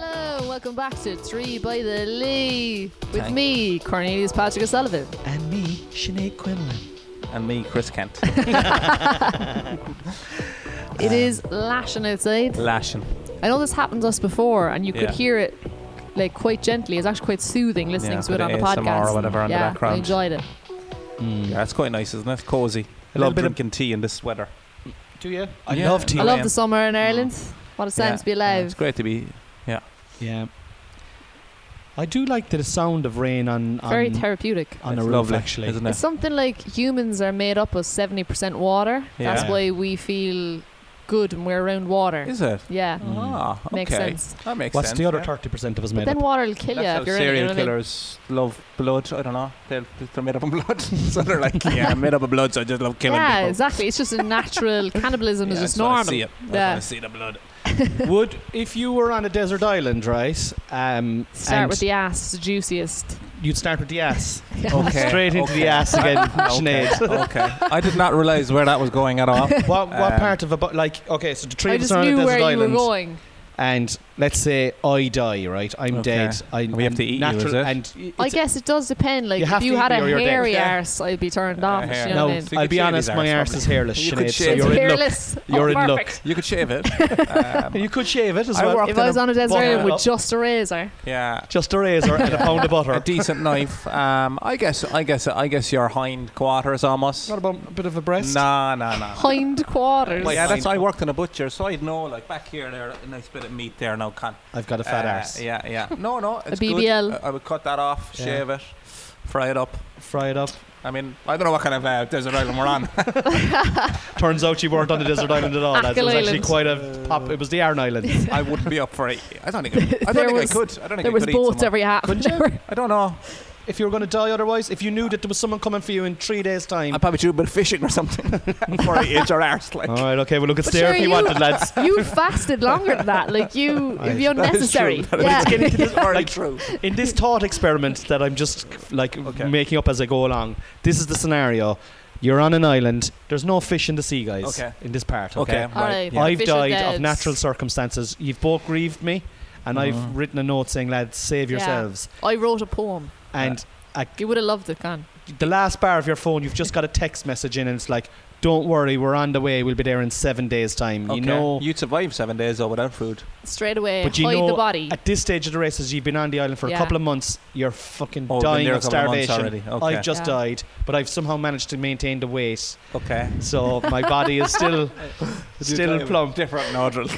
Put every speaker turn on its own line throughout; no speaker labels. welcome back to Three by the Lee with
Thank-
me, Cornelius Patrick O'Sullivan.
And me, Sinead Quinlan.
And me, Chris Kent.
It is lashing outside.
Lashing.
I know this happened to us before, and you could
Yeah.
hear it like quite gently. It's actually quite soothing listening
Yeah,
to it
bit
on
of
a
ASMR
podcast.
or whatever on the
yeah, I
background.
enjoyed it.
Yeah, that's quite nice, isn't it? Cozy. I
Mm. Little
love
bit of-
drinking tea in this weather.
Do you? I
Yeah.
love tea.
I
Yeah.
love the summer in Ireland. What a time
Yeah,
to be
yeah,
alive.
It's great to be.
Yeah. I do like the sound of rain on on,
Um,
Very therapeutic.
on a
it's
roof.
lovely,
actually,
isn't it?
It's something like humans are made up of 70% water. That's
Yeah.
why we feel good when we're around water.
Is it?
yeah,
Mm.
Ah, okay.
makes sense.
That makes
What's
sense.
the other
yeah.
thirty percent of us
But
made
then
up?
water will kill
That's
you
how
if you're in it, you
serial
know what I mean?
killers love blood. I don't know. They're, they're made up of blood. so they're like, yeah, I'm made up of blood, so I just love killing
yeah,
people.
exactly. It's just a natural cannibalism
Yeah,
is
I
just
just wanna
normal.
see it. I just
Yeah.
wanna see the blood.
Would if you were on a desert island, right? Um,
Start
and
with the ass, it's the juiciest.
You'd start with the ass.
Okay,
Straight into the
okay.
ass again, Sinead.
okay. I did not realize where that was going at all.
What what
Um,
part of a bu- like? Okay, so the three
I
of us
just
are on a
knew
desert
where you
island,
were going.
and let's say I die, right? I'm
Okay.
dead. I,
we have to eat you,
natural,
is it?
And it's-
I guess it does depend. Like,
You have
if you
to
had
eat
a
me or you're dead.
hairy
Yeah.
arse, I'd be turned
Uh,
off.
hair.
You know
no,
what I mean?
So you
I'll
could
be
shave
honest.
his
My
arse,
arse is hairless,
You
Sinead,
could
so
shave
you're
it's
in luck.
hairless.
You're
oh,
in luck.
perfect.
You could shave it. Um,
You could shave it as
I
well.
worked
If I was on a desert
Butter
island
it up.
with just a razor,
yeah.
Just a razor and a pound of
A
butter.
decent knife. Um, I guess. I guess. I guess your hind quarters almost.
What about a bit of a breast?
Nah, nah, nah.
hind quarters.
yeah, that's.
Hind-
I worked in a butcher, so I'd know. Like back here, there a nice bit of meat there. Now can't.
I've got a fat
Uh,
arse.
Yeah, yeah. No, no. It's
BBL.
Good. Uh, I- I would cut that off,
Yeah.
shave it, fry it up.
Fry it up.
I mean, I don't know what kind of uh, desert island we're on.
Turns out you weren't on a desert island at all. That
Achill
was actually
Island.
quite a pop. It was the Arn Island.
I wouldn't be up for it. I don't think. I, I
There
don't think
was-
I could. I don't think
There
I
was
could eat
boats
someone.
every half an
Couldn't you?
hour.
I don't know.
if you were going to die otherwise, if you knew that there was someone coming for you in three days' time.
I'd probably do a bit of fishing or something before I ate your arse. Like.
all right, okay, well, look at
But
Stare
sure,
if you
you-
wanted, lads.
You fasted longer than that. Like you,
Aye.
it'd be unnecessary.
That is true.
Yeah.
That is- it is already
Like-
true.
In this thought experiment that I'm just like
Okay.
making up as I go along, this is the scenario. You're on an island. There's no fish in the sea, guys.
Okay.
In this part,
Okay.
okay.
All right.
Yeah.
I've
Fish are
died
dead.
of natural circumstances. You've both grieved me, and I've
Mhm.
written a note saying, lads, save
Yeah.
yourselves.
I wrote a poem.
And
You would have loved it, Con.
the last bar of your phone, you've just got a text message in, and it's like, don't worry, we're on the way. We'll be there in seven days' time. You know,
you'd survive seven days though without food. Oh,
Straight away,
But you
hide
know-
the body.
at this stage of the races, you've been on the island for
Yeah.
a couple of months. You're fucking
Oh, been
dying
there a
of
couple of months
starvation.
already. Okay.
I've just
Yeah.
died, but I've somehow managed to maintain the weight,
Okay.
so my body is still still plump.
Different nodule.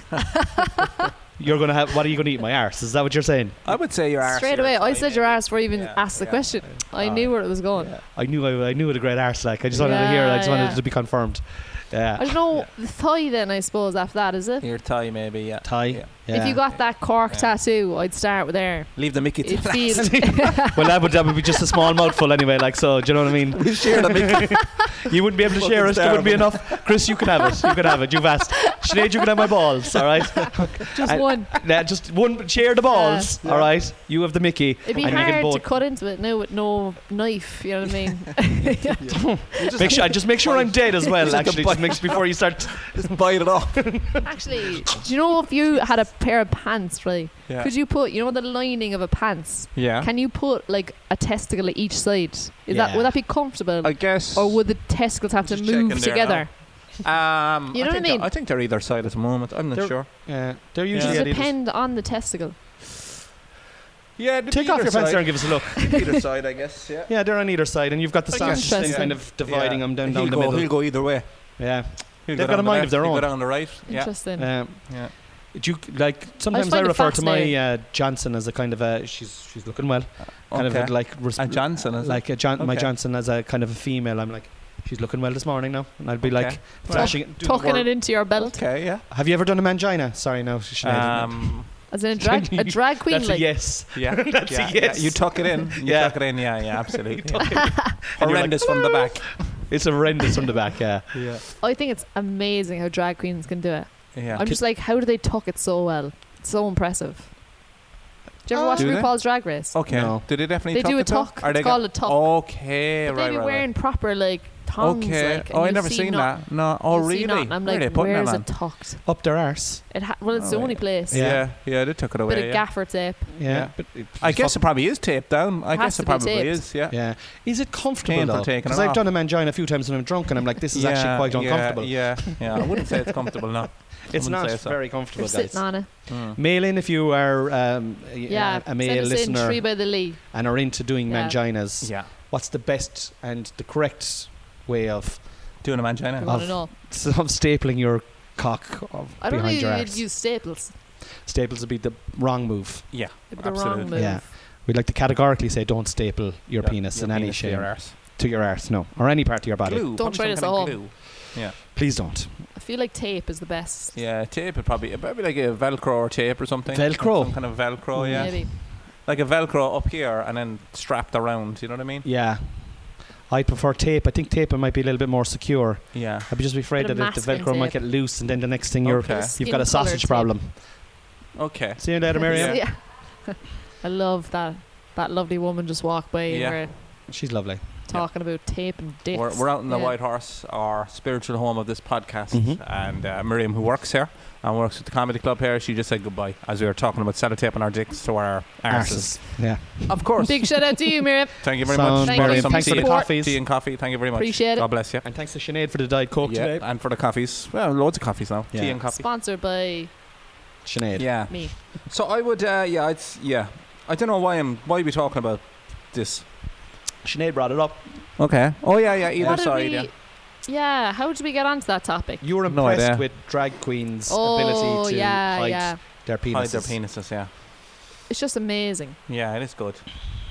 You're gonna have. What are you gonna eat? My arse? Is that what you're saying?
I would say your arse.
Straight away, I said your ass before you even
Yeah,
asked the
yeah. Uh,
question. I
All
knew where it was going.
I knew I, I knew what a great arse like. I just wanted to
Yeah,
hear. it. I just wanted
yeah.
it to be confirmed.
I
Yeah.
don't know
Yeah.
the thigh. Then I suppose after that is it.
Your tie maybe. Yeah.
Thai.
Yeah.
If you got that cork
Yeah.
tattoo, I'd start with there.
Leave the Mickey.
It
to
feels
well, that would that would be just a small mouthful anyway. Like so, do you know what I mean?
we share the Mickey.
You wouldn't be able to share it. There wouldn't be enough. Chris, you can have it. You can have it. You've asked. Sinead, you can have my balls. All right.
just
I-
one.
Nah, just one. Share the balls.
Yeah.
All right. You have the Mickey.
It'd be
and you can
hard to
both.
cut into it now with no knife. You know what I mean?
Make sure, just make sure I'm dead as well.
Just like a
Actually, just make, before you start.
Just bite it off.
Actually, do you know if you had a pair of pants, right?
Yeah.
Could you put, you know, the lining of a pants?
yeah.
Can you put like a testicle at each side? Is that
Yeah.
would that be comfortable,
I guess.
or would the testicles have to
Just checking
move
there
together?
Um,
You know what I
I think
mean?
I think they're either side at the moment. I'm not
They're-
sure.
Yeah, they're
It
usually
just
yeah.
depend on the testicle.
Yeah.
Take off your pants there and give us a look.
Either side, I guess. Yeah.
Yeah, they're on either side, and you've got the
I
sausage
guess,
thing
yeah.
kind of dividing them down, down
he'll
the
go,
middle.
He'll go either way.
Yeah.
He'll
They've
go
got a
down the
mind
left,
of their
he'll
own.
Go down the right. Yeah.
Interesting.
Um,
Yeah.
do you like sometimes I,
find it
refer to my
fascinating.
uh, Johnson as a kind of a she's she's looking well, kind
okay.
of like res-
and Johnson is it?
like a John, my
Okay.
Johnson as a kind of a female. I'm like she's looking well this morning now, and I'd be
Okay.
like flashing. do the
Tucking
word.
it into your belt
Okay, yeah.
Have you ever done a mangina? Sorry, no. Sinead.
Um,
as in a drag,
Can
a
you-
drag queen.
That's a
like
yes.
yeah,
That's a
yeah,
yes.
yeah. You tuck it in. You
Yeah.
tuck it in. Yeah, yeah, absolutely.
tuck
yeah.
And you're
Horrendous from the back.
It's horrendous from the back. Yeah.
Yeah,
I think it's amazing how drag queens can do it.
yeah.
I'm just like, how do they tuck it so well? It's so impressive. Do you ever watch
Uh, Do they? Oh,
RuPaul's Drag Race?
okay.
No.
Do they definitely?
They
tuck
do a
the top?
tuck.
Are
It's
they go-
called a tuck.
Okay,
But
right,
they be
right,
wearing proper like tongs.
okay.
Like, and
oh, I
you
never
see
seen
knot-
that. No. Oh,
you see
really?
knot, And I'm
Where are they
like,
putting
where's
that
it
on?
tucked?
Up their arse.
It ha- well, it's
Oh,
the only
right.
place.
Yeah.
Yeah, yeah, they took it away.
Bit of
yeah.
gaffer tape.
Yeah.
Yeah.
But it-
I guess it probably is taped down. I
Has
guess
to
it
be
probably
taped.
is. Yeah.
Yeah. Is it comfortable
Painful
though?
taking it
Because I've
off.
done a mangina a few times when I'm drunk and I'm like, this is
Yeah,
actually quite
yeah,
uncomfortable.
Yeah, yeah. I wouldn't say it's comfortable Hmm. now.
It's
wouldn't
not
say so.
very
You're
comfortable, guys.
sitting on it.
Mail in if you are um, a-
Yeah.
a
send
male
us in Tree
listener
by the Lee.
and are into doing
Yeah.
manginas.
Yeah.
What's the best and the correct way of
Doing a
We
mangina.
want
Of-
to know.
of stapling your cock of
I don't know
behind your
you'd
arse?
use staples.
Staples would be the wrong move.
It'd be the
Absolutely.
wrong move.
Yeah. We'd like to categorically say don't staple your
Yeah,
penis
your
in any
penis to
shape
your arse.
to your arse, no, or any part of your body.
Glue.
Don't
probably
try
some
this
kind
at
of
home.
glue.
Please don't.
I feel like tape is the best.
Yeah, tape would probably probably like a Velcro or tape or something.
Velcro?
Some kind of Velcro, yeah.
Maybe.
Like a Velcro up here and then strapped around. You know what I mean?
Yeah. I'd prefer tape. I think tape might be a little bit more secure.
Yeah.
I'd be just afraid
Bit of
that if the
masking
Velcro might
tape.
get loose and then the next thing you're,
Okay.
you've got a
Skin-coloured
sausage
tape.
problem.
Okay.
See you later, Miriam.
yeah. I love that. That lovely woman just walked by and
Yeah.
we're
She's lovely.
talking about tape and dicks.
We're, we're out in the
Yeah.
White Horse, our spiritual home of this podcast,
Mhm.
and uh, Miriam, who works here and works at the comedy club here, she just said goodbye as we were talking about sellotape on our dicks to our
Arses.
arses.
Yeah.
Of course.
Big shout out to you, Miriam.
Thank you very
Sound
much.
Thank
Order
you
Miriam.
for
some
Thanks for
tea,
the
your support.
coffees.
tea and coffee. Thank you very much.
Appreciate it.
God bless you.
And thanks to Sinead for the Diet Coke
Yeah,
today.
and for the coffees. Well, loads of coffees now.
Yeah.
Tea and coffee.
Sponsored by
Sinead.
Yeah.
me.
So I would. Uh, yeah. It's yeah. I don't know why I'm. Why are we talking about this?
Sinead brought it up.
Okay. Oh yeah. Yeah. Either
What did
side.
we-
Yeah.
yeah, how did we get onto that topic?
You were
No
impressed
idea.
with drag queens'
oh,
ability to
yeah,
hide
yeah.
their penises.
Hide their penises. Yeah.
It's just amazing.
Yeah. It is good.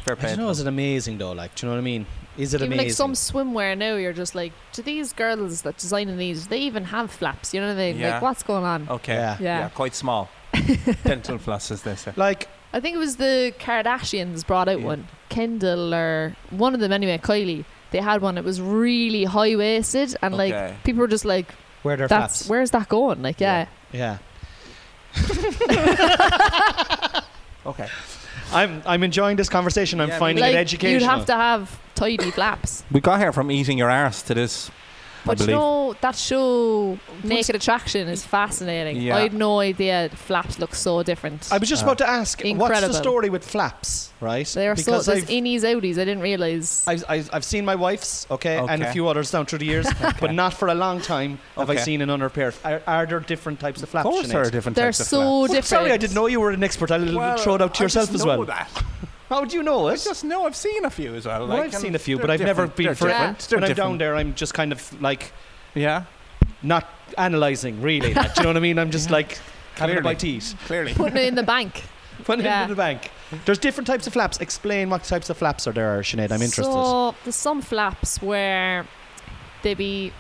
Fair
I
play.
don't know, is it amazing though? Like, do you know what I mean? Is it
even
amazing?
like some swimwear now, you're just like, do these girls that designing these, do they even have flaps? You know what I mean?
Yeah. Oh,
Like, what's going on?
Okay.
Yeah.
Yeah.
Quite small. Dental floss is this. Yeah.
Like,
I think it was the Kardashians brought out
Yeah.
one. Kendall or one of them anyway, Kylie. They had one. It was really high waisted and
Okay.
like people were just like,
where their
"That's
flaps?
where's that going?" Like, yeah,
yeah.
Okay.
I'm I'm enjoying this conversation. I'm
Yeah, me
finding
like
it
you'd
educational.
have to have tidy flaps.
We got here from eating your arse to this.
But you
believe.
know that show Naked Attraction is fascinating.
Yeah.
I had no idea flaps look so different.
I was just
Ah.
about to ask, what's the
Incredible.
story with flaps, right?
they are so
because
there's e-
I've,
innies outies. I didn't realize.
I've, I've, I've seen my wife's, okay, and a
Okay.
few others down through the years, but not for a long time have I
Okay.
seen another pair. Of, are, are there different types of
Of
flaps?
course,
Sinead?
there are different
They're
types of
so
Oh,
different.
sorry, I didn't know you were an expert. I'll
Well,
throw it out to
I
yourself
just
as well.
know that.
How would you know
I
it?
just know I've seen a few as
Well,
well. like,
I've
and
seen a few,
they're
but I've never
different.
been
They're
for it.
different. They're
When I'm down
different.
there, I'm just kind of like
Yeah,
not analysing really. Like, do you know what I mean? I'm just
Yeah.
like having a
Clearly.
bite to eat.
clearly.
Putting it in the bank.
Put it
Yeah.
into the bank. There's different types of flaps. Explain what types of flaps are there, Sinead. I'm interested.
So there's some flaps where they be,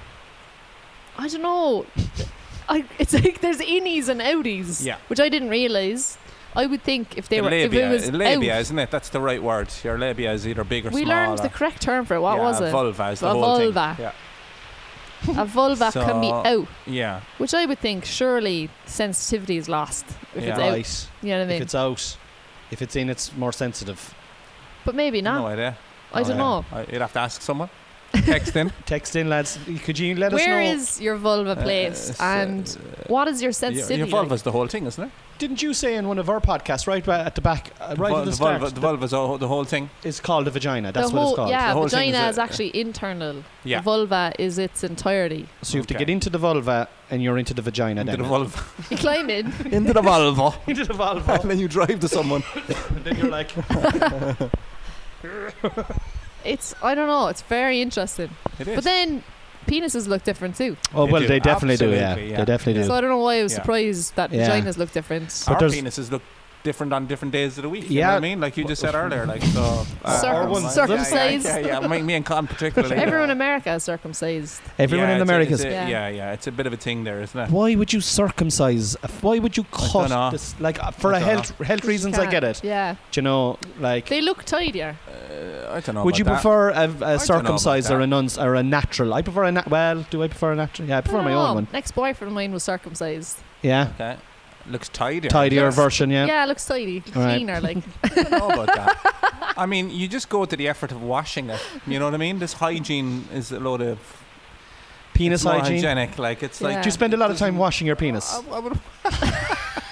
I don't know. I, it's like there's innies and outies,
Yeah.
which I didn't realize. I would think if they were,
labia,
if it was
labia,
out,
isn't it? That's the right word. Your labia is either big or
we
small.
learned the
or-
correct term for it. What
yeah,
was it?
Vulva is the
A
whole
vulva.
thing. Yeah,
a vulva can be
So-
out,
yeah.
which I would think surely sensitivity is lost if
Yeah.
it's out.
right.
You know what I
If
mean?
it's out, if it's in, it's more sensitive.
But maybe not.
No idea.
I
No
don't
idea.
know.
I, you'd have to ask someone. Text in.
Text in, lads. Could you let
Where
us know?
is your vulva placed,
Uh,
and what is your sensitivity?
Your, your vulva's the whole thing, isn't it?
Didn't you say in one of our podcasts, right ba- at the back, uh, right
Vul-
at the start,
vulva, the vulva's all, the whole thing.
it's called a vagina. That's
the
what
whole,
it's called.
Yeah,
The whole thing
vagina
is a-
is actually internal.
Yeah.
Vulva is its entirety.
So you have to
Okay.
get into the vulva, and you're into the vagina.
Into
then.
the vulva.
You climb in.
Into the vulva.
into the vulva,
and then you drive to someone.
and then you're like,
It's I don't know. It's very interesting.
It is.
But then penises look different too.
oh
They
well,
do,
they definitely do. Yeah,
absolutely, yeah.
they definitely do.
So I don't know why I was
Yeah.
surprised that
Yeah.
vaginas look different.
But
Our
there's-
penises look different on different days of the week. You
Yeah.
know what I mean? Like you just said earlier. Like so.
Circum-
or one's-
circumcised.
Yeah, yeah, yeah, yeah. Me, me and Con particularly.
Everyone in America is circumcised.
Everyone
Yeah,
in
it's a-
America.
it's a-
Yeah.
Yeah, yeah. It's a bit of a thing there, isn't it?
Why would you circumcise? a f- Why would you
don't
cut
know.
this? Like uh, for
I
a
don't
health health reasons, I
Can't-
get it.
Yeah.
Do you know, like,
They look tidier.
Uh, I don't know.
would
about
you
that.
prefer a, a
about
circumcised or
that.
a non or a natural? I prefer a nat. Well, do I prefer a natural? Yeah, I prefer
I
my
don't
own
know.
one.
Next boyfriend of mine was circumcised.
Yeah,
Okay. Looks tidier.
tidier
Yes.
version, yeah.
Yeah, it looks tidy.
Right.
Cleaner, like.
I don't know about that. I mean, you just go to the effort of washing it. You know what I mean? This hygiene is a load of
Penis
it's more
hygiene.
hygienic. Like it's
Yeah.
like
Do you spend a lot of time washing your penis?
Uh,
I, I would.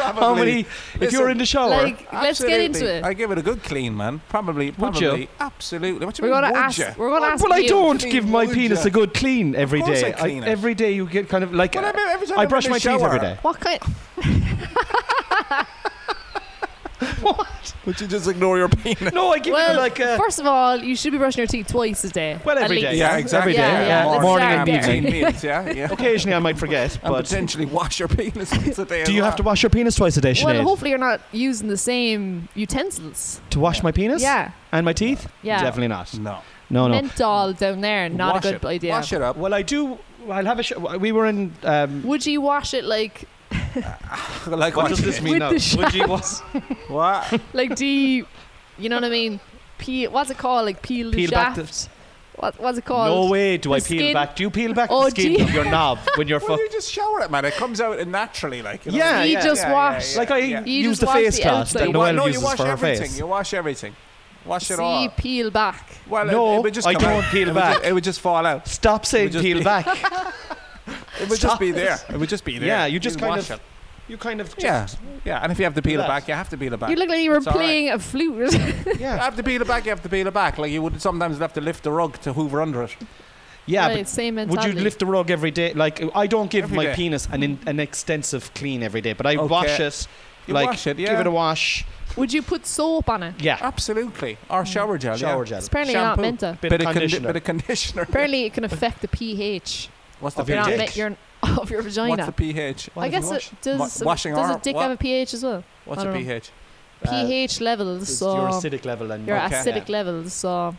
How many? If you were
Listen,
in the shower,
like, let's get into
Absolutely.
it.
I give it a good clean, man. Probably,
Would
probably,
you?
absolutely. What do you
we're
mean?
gonna
would
ask.
you?
We're gonna ask.
well, I
you.
don't
Clean,
give my
would
penis
ya?
a good clean every
Of course
day.
I clean it.
every day you get kind of like
Well, I mean, every time
I
I'm
brush
in the
my teeth every
shower,
day.
What kind?
Would you just ignore your penis?
No, I give
Well,
you like uh, a.
first of all, you should be brushing your teeth twice a day.
Well,
at
every
least.
day.
Yeah, exactly.
Every day,
Yeah, yeah. Let's
morning and
start there.
evening.
meals, yeah, yeah.
Occasionally, I might forget,
And
but
potentially wash your penis once a day. as
do you
well.
have to wash your penis twice a day, Sinead?
Well, hopefully you're not using the same utensils.
to wash my penis?
Yeah,
And my teeth?
yeah.
Definitely not.
No.
Oh, No, no.
Menthol down there, not
Wash
a good
it.
idea.
Wash it up.
Well, I do. I'll have a. Sh- we were in. Um,
Would you wash it like
what
like what?
does this mean
With
now?
the
Would you was
What?
like do you, you know what I mean? Peel. What's it called? Like peel,
peel
the shaft.
back the?
what, what's it called?
No way. Do I
The
peel
skin?
back? Do you peel back
Oh,
the skin
gee.
of your knob when you're
Well,
fucking?
you just shower it, man. It comes out naturally, like. You know?
Yeah,
You
yeah,
just
yeah,
wash.
yeah,
Like I
You
use
just
the
wash
face
the
cloth that
outside.
You
Noel
wa-
Noelle
no, you
uses
wash
for her
everything.
face.
You wash everything. Wash it
See,
all.
peel back.
Well, it-
No,
it, would just
I
come out.
don't peel
it Would
back.
just, it would just fall out.
Stop saying
would just
peel
be-
back.
It would
Stop
just be
it.
there. It would just be there.
Yeah, you just kind
wash
of-
It.
You kind of
Yeah,
just,
yeah. And if you have to peel it
Relax.
back, you have to peel it back.
You look like you were
It's all right.
playing a flute.
yeah,
You
yeah,
have to peel it back. You have to peel it back. Like you would sometimes have to lift the rug to hoover under it.
right, same
but would
mentality.
you lift the rug every day? Like I don't give
Every
my
day.
penis an in, an extensive clean every day, but I
Okay.
wash it.
You
like
wash it. Yeah,
give it a wash.
Would you put soap on it?
Yeah,
absolutely. Or shower gel.
shower
yeah.
gel,
Apparently, you're not
Shampoo.
meant to.
bit,
Bit
of
of, condi-
conditioner.
bit of conditioner.
Apparently, it can affect the pH.
What's the
Of your
You're not
pH?
dick.
meant- you're of your vagina.
What's the pH?
Why
I
does he
guess
wash?
it does.
Wa- washing
does
or-
a dick
what?
have a pH as well?
What's
I
the
don't know.
pH?
Uh,
pH levels,
It's
so
your
your,
acidic level and
Okay.
acidic levels. So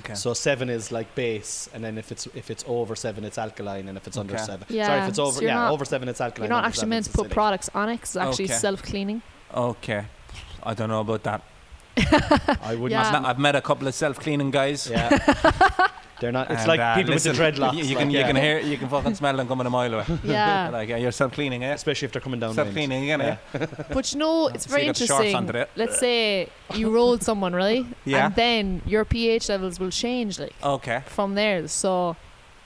Okay.
So seven is like base, and then if it's if it's over seven, it's alkaline, and if it's under
Okay.
seven, sorry, if
Yeah,
it's
so
over,
you're
yeah,
not-
over seven, it's
you're
alkaline.
not
under
actually
seven,
meant to
it's
put
acidic.
products on it. 'cause it's actually
Okay.
self-cleaning.
Okay. I don't know about that.
I wouldn't.
Yeah.
I've, met, I've met a couple of self-cleaning guys.
Yeah. They're not. It's
And,
like
uh,
people with the
listen,
dreadlocks.
You, you
like,
can
yeah.
you can hear you can fucking smell them coming a mile away.
Yeah,
like yeah, you're self-cleaning, eh?
especially if they're coming down. wind.
Self-cleaning again, eh?
but you know it's
So
very
you got the shorts
interesting.
under it.
Let's say you rolled someone, right?
Yeah.
And then your pH levels will change, like
Okay.
from there. So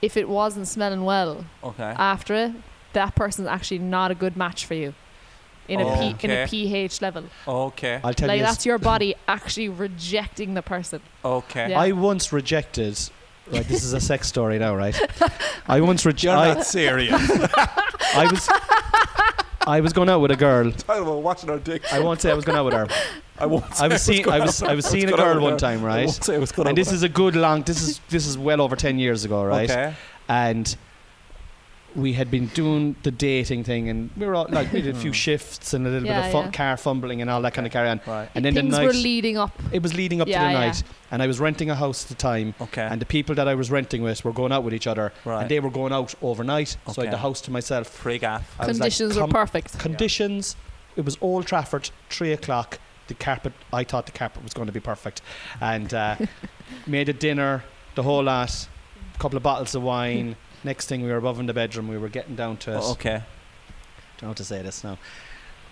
if it wasn't smelling well
Okay.
after it, that person's actually not a good match for you. In a P- in
Okay.
a pH level,
Okay.
I'll tell
like
you.
that's your body actually rejecting the person.
Okay.
Yeah.
I once rejected. Right, this is a sex story now, right? I once
You're
rejected.
not serious.
I was. I was going out with a girl.
Talking about watching our dick.
I won't say I was going out with her.
I won't.
I was seeing. I was. I was seeing a
going out
girl
with her.
one time,
I
right?
won't say it was good
And
over
this is a good long. This is this is well over ten years ago,
there.
right?
Okay.
and we had been doing the dating thing and we were all like we did a
Hmm.
few shifts and a little bit
Yeah,
of fun,
yeah.
car fumbling and all that kind of carry on
Right.
and then the
Things were
night
leading up.
it was leading up to
Yeah,
the
yeah.
night and i was renting a house at the time
Okay.
and the people that i was renting with were going out with each other
Right.
and they were going out overnight so i had the
Okay.
house to myself
Free gaff.
I was like,
Conditions
"Come-
were perfect.
conditions it was old trafford three o'clock the carpet i thought the carpet was going to be perfect and uh, made a dinner the whole lot a couple of bottles of wine next thing we were above in the bedroom we were getting down to it
Oh, okay.
don't know how to say this now.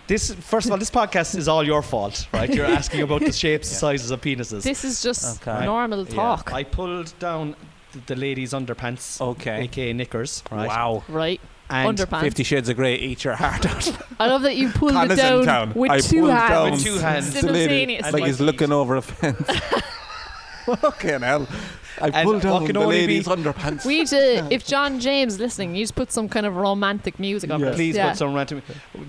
This first of all, this podcast is all your fault, right? You're asking about the shapes,
Yeah.
sizes of penises.
This is just
Okay.
normal
Yeah.
talk,
I pulled down th- the lady's underpants,
Okay.
aka knickers, right?
Wow.
right?
And
Underpants.
Fifty Shades of Grey. Eat your heart out.
I love that you pulled it
Connors in
down
town.
with
I
two
pulled
hands.
down
with two hands.
the lady.
Simultaneous.
It's
And
like
my
he's
feet.
looking over a fence. Fucking hell. I
And
pulled
what
down
can
the
only be-
lady's underpants.
We need to, if John James is listening, you just put some kind of romantic music on
Yeah.
this.
please
yeah.
put some random,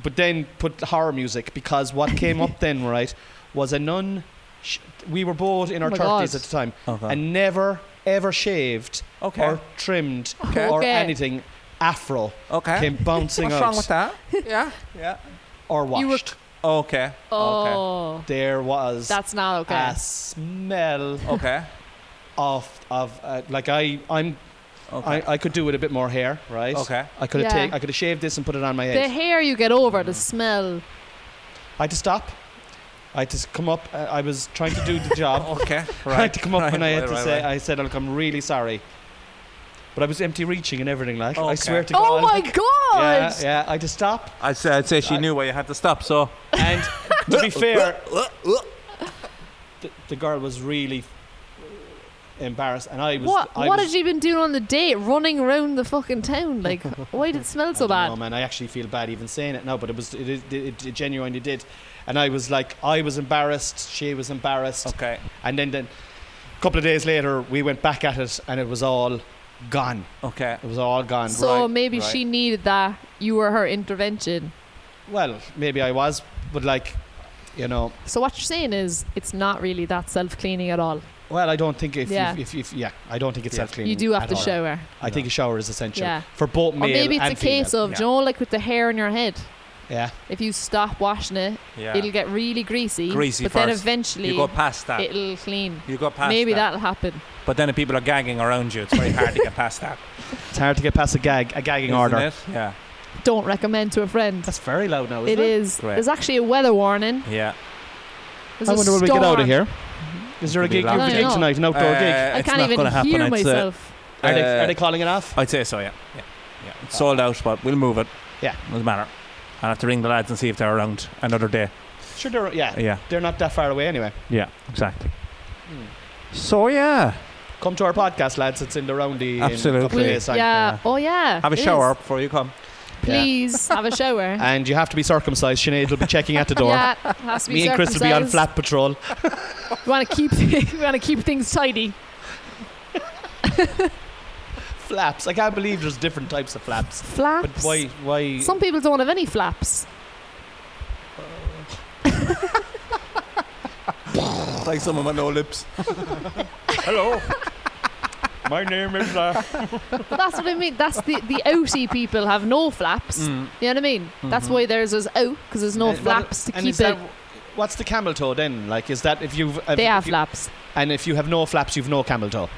but then put horror music because what came up then, right, was a nun. Sh- we were both in
Oh
our
my God.
thirties at the time
okay.
and never ever shaved
okay.
or trimmed
Okay.
or
Okay.
anything. Afro
okay.
came bouncing
What's
out
wrong with that? yeah. Yeah.
or washed.
You were-
Okay.
Oh,
there was
that's not okay.
a smell
Okay.
of of uh, like I I'm
Okay.
I, I could do with a bit more hair, right?
okay.
I could have
Yeah.
take, I could have shaved this and put it on my
the
head.
hair you get over,
Mm.
the smell.
I had to stop. I had to s- come up. Uh, I was trying to do the job.
Okay.
I had
Right.
to come up
right,
and I had
right,
to
right,
say
right.
I said, "Look, I'm really sorry." But I was empty reaching and everything, like. I
Okay.
swear to
Oh
God.
my god!
Yeah, yeah. I had to stop.
I'd say, I'd say she
I-
knew why you had to stop, so.
And to be fair, the, the girl was really embarrassed, and I was.
What
I
what
was,
had you been doing on the date? Running around the fucking town? Like, why did it smell so
I don't
bad?
know, man, I actually feel bad even saying it now, but it was it, it, it, it genuinely did, and I was like, I was embarrassed, she was embarrassed,
Okay.
and then then a couple of days later we went back at it, and it was all gone.
Okay.
It was all gone.
So
Right,
maybe
right.
she needed that. You were her intervention.
Well, maybe I was, but like, you know,
So what you're saying is it's not really that self cleaning at all.
well, I don't think if
Yeah.
if, if, if yeah, I don't think it's
Yeah.
self cleaning.
You do have
at
to
all.
shower.
I think a shower is essential
Yeah.
for both male
Or maybe it's
and
a case
female.
of,
yeah.
do you know, like with the hair on your head.
yeah.
If you stop washing it,
Yeah.
it'll get really greasy.
Greasy
but then
first.
eventually
you go past that.
it'll clean.
you go past
maybe
that.
that'll happen.
But then if people are gagging around you, it's very hard to get past that.
It's hard to get past a gag, a gagging
Isn't
order.
it? Yeah.
Don't recommend to a friend.
That's very loud now, isn't
It
it?
is.
Great.
There's actually a weather warning.
Yeah.
There's
I
a
wonder when we get out of
storm.
here. Is there a
Mm-hmm. Could be
gig,
loud.
you've a
No,
gig
no.
tonight, an outdoor gig?
Uh,
I
it's
can't
not
even
gonna happen.
hear
It's, uh,
myself.
Are, they,
uh,
are they calling it off?
I'd say so, yeah. Yeah. yeah. It's sold out, but we'll move it.
Yeah.
Doesn't matter. I'll have to ring the lads and see if they're around another day.
Sure, they're, yeah,
Yeah.
they're not that far away anyway.
Yeah, exactly. Hmm. So, yeah.
Come to our podcast, lads. It's in the roundy. in a
Absolutely.
couple of days'
yeah.
time.
Oh yeah.
Have a
it is.
shower before you come.
Please have a shower.
And you have to be circumcised. Sinead will be checking at the door.
Yeah, has to be
Me and Chris will be on
circumcised.
flat patrol.
We want to keep we want to keep things tidy.
Flaps. I can't believe there's different types of flaps.
Flaps.
But why? Why?
Some people don't have any flaps.
Like someone with no lips.
Hello. My name is. Uh,
But that's what I mean. That's the the outy people have no flaps.
Mm.
You know what I mean? That's why theirs is out because there's no
And what-
flaps to
and
keep
is that-
it.
what's the camel toe then? Like, is that if you've if
They have
you-
flaps.
and if you have no flaps, you've no camel toe.